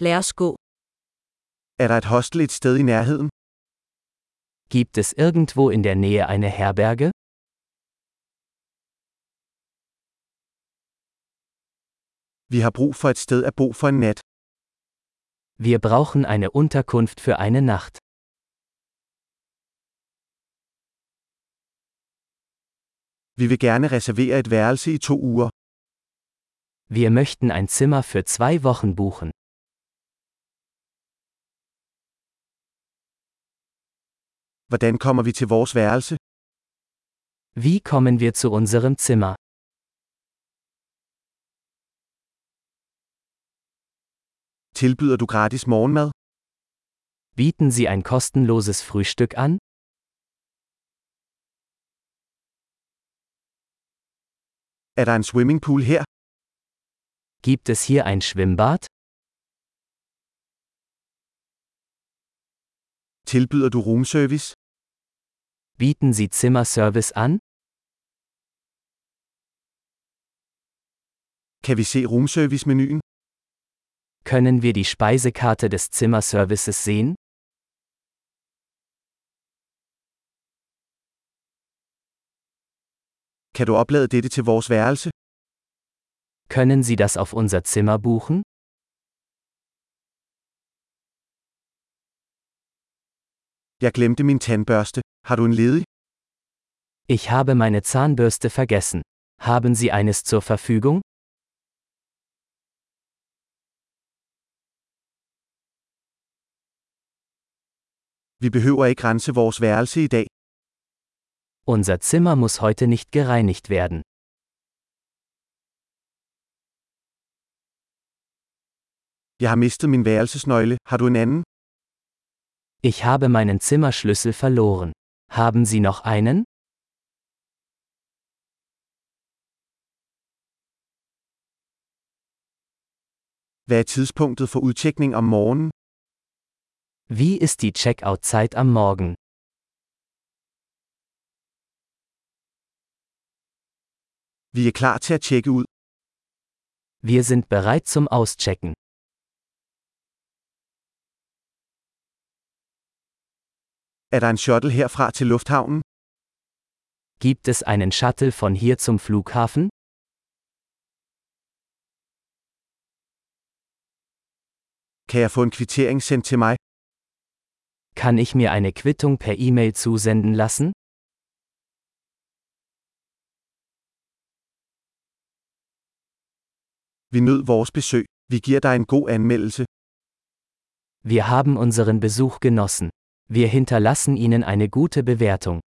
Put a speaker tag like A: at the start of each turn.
A: Lad os gå.
B: Er der et hostel et sted i nærheden?
C: Gibt es irgendwo in der Nähe eine Herberge?
B: Vi har brug for et sted at bo for en nat.
C: Wir brauchen eine Unterkunft für eine Nacht.
B: Vi vil gerne reservere et værelse i to uger.
C: Wir möchten ein Zimmer für zwei Wochen buchen.
B: Hvordan kommer vi til vores værelse?
C: Wie kommen wir zu unserem Zimmer?
B: Tilbyder du gratis morgenmad?
C: Bieten Sie ein kostenloses Frühstück an?
B: Er der en swimmingpool her?
C: Gibt es hier ein Schwimmbad?
B: Tilbyder du roomservice?
C: Bieten Sie Zimmerservice an?
B: Kan vi se roomservice-menuen?
C: Können wir die Speisekarte des Zimmerservices sehen?
B: Kan du oplade dette til vores værelse?
C: Können Sie das auf unser Zimmer buchen?
B: Jeg glemte min tandbørste. Har du en ledig?
C: Ich habe meine Zahnbürste vergessen. Haben Sie eines zur Verfügung?
B: Vi behøver ikke rense vores værelse i dag.
C: Unser Zimmer muss heute nicht gereinigt werden.
B: Jeg har mistet min værelsesnøgle. Har du en anden?
C: Ich habe meinen Zimmerschlüssel verloren. Haben Sie noch einen?
B: Hvad er tidspunktet for udtjekning om morgenen?
C: Wie ist die Checkout-Zeit am Morgen?
B: Vi er klar til at tjekke ud.
C: Wir sind bereit zum Auschecken.
B: Er der en shuttle herfra til lufthavnen?
C: Gibt es einen Shuttle von hier zum Flughafen?
B: Kan jeg få en kvittering sendt til mig?
C: Kann ich mir eine Quittung per E-Mail zusenden lassen?
B: Vi nød vores besøg. Vi giver dig en god anmeldelse.
C: Wir haben unseren Besuch genossen. Wir hinterlassen Ihnen eine gute Bewertung.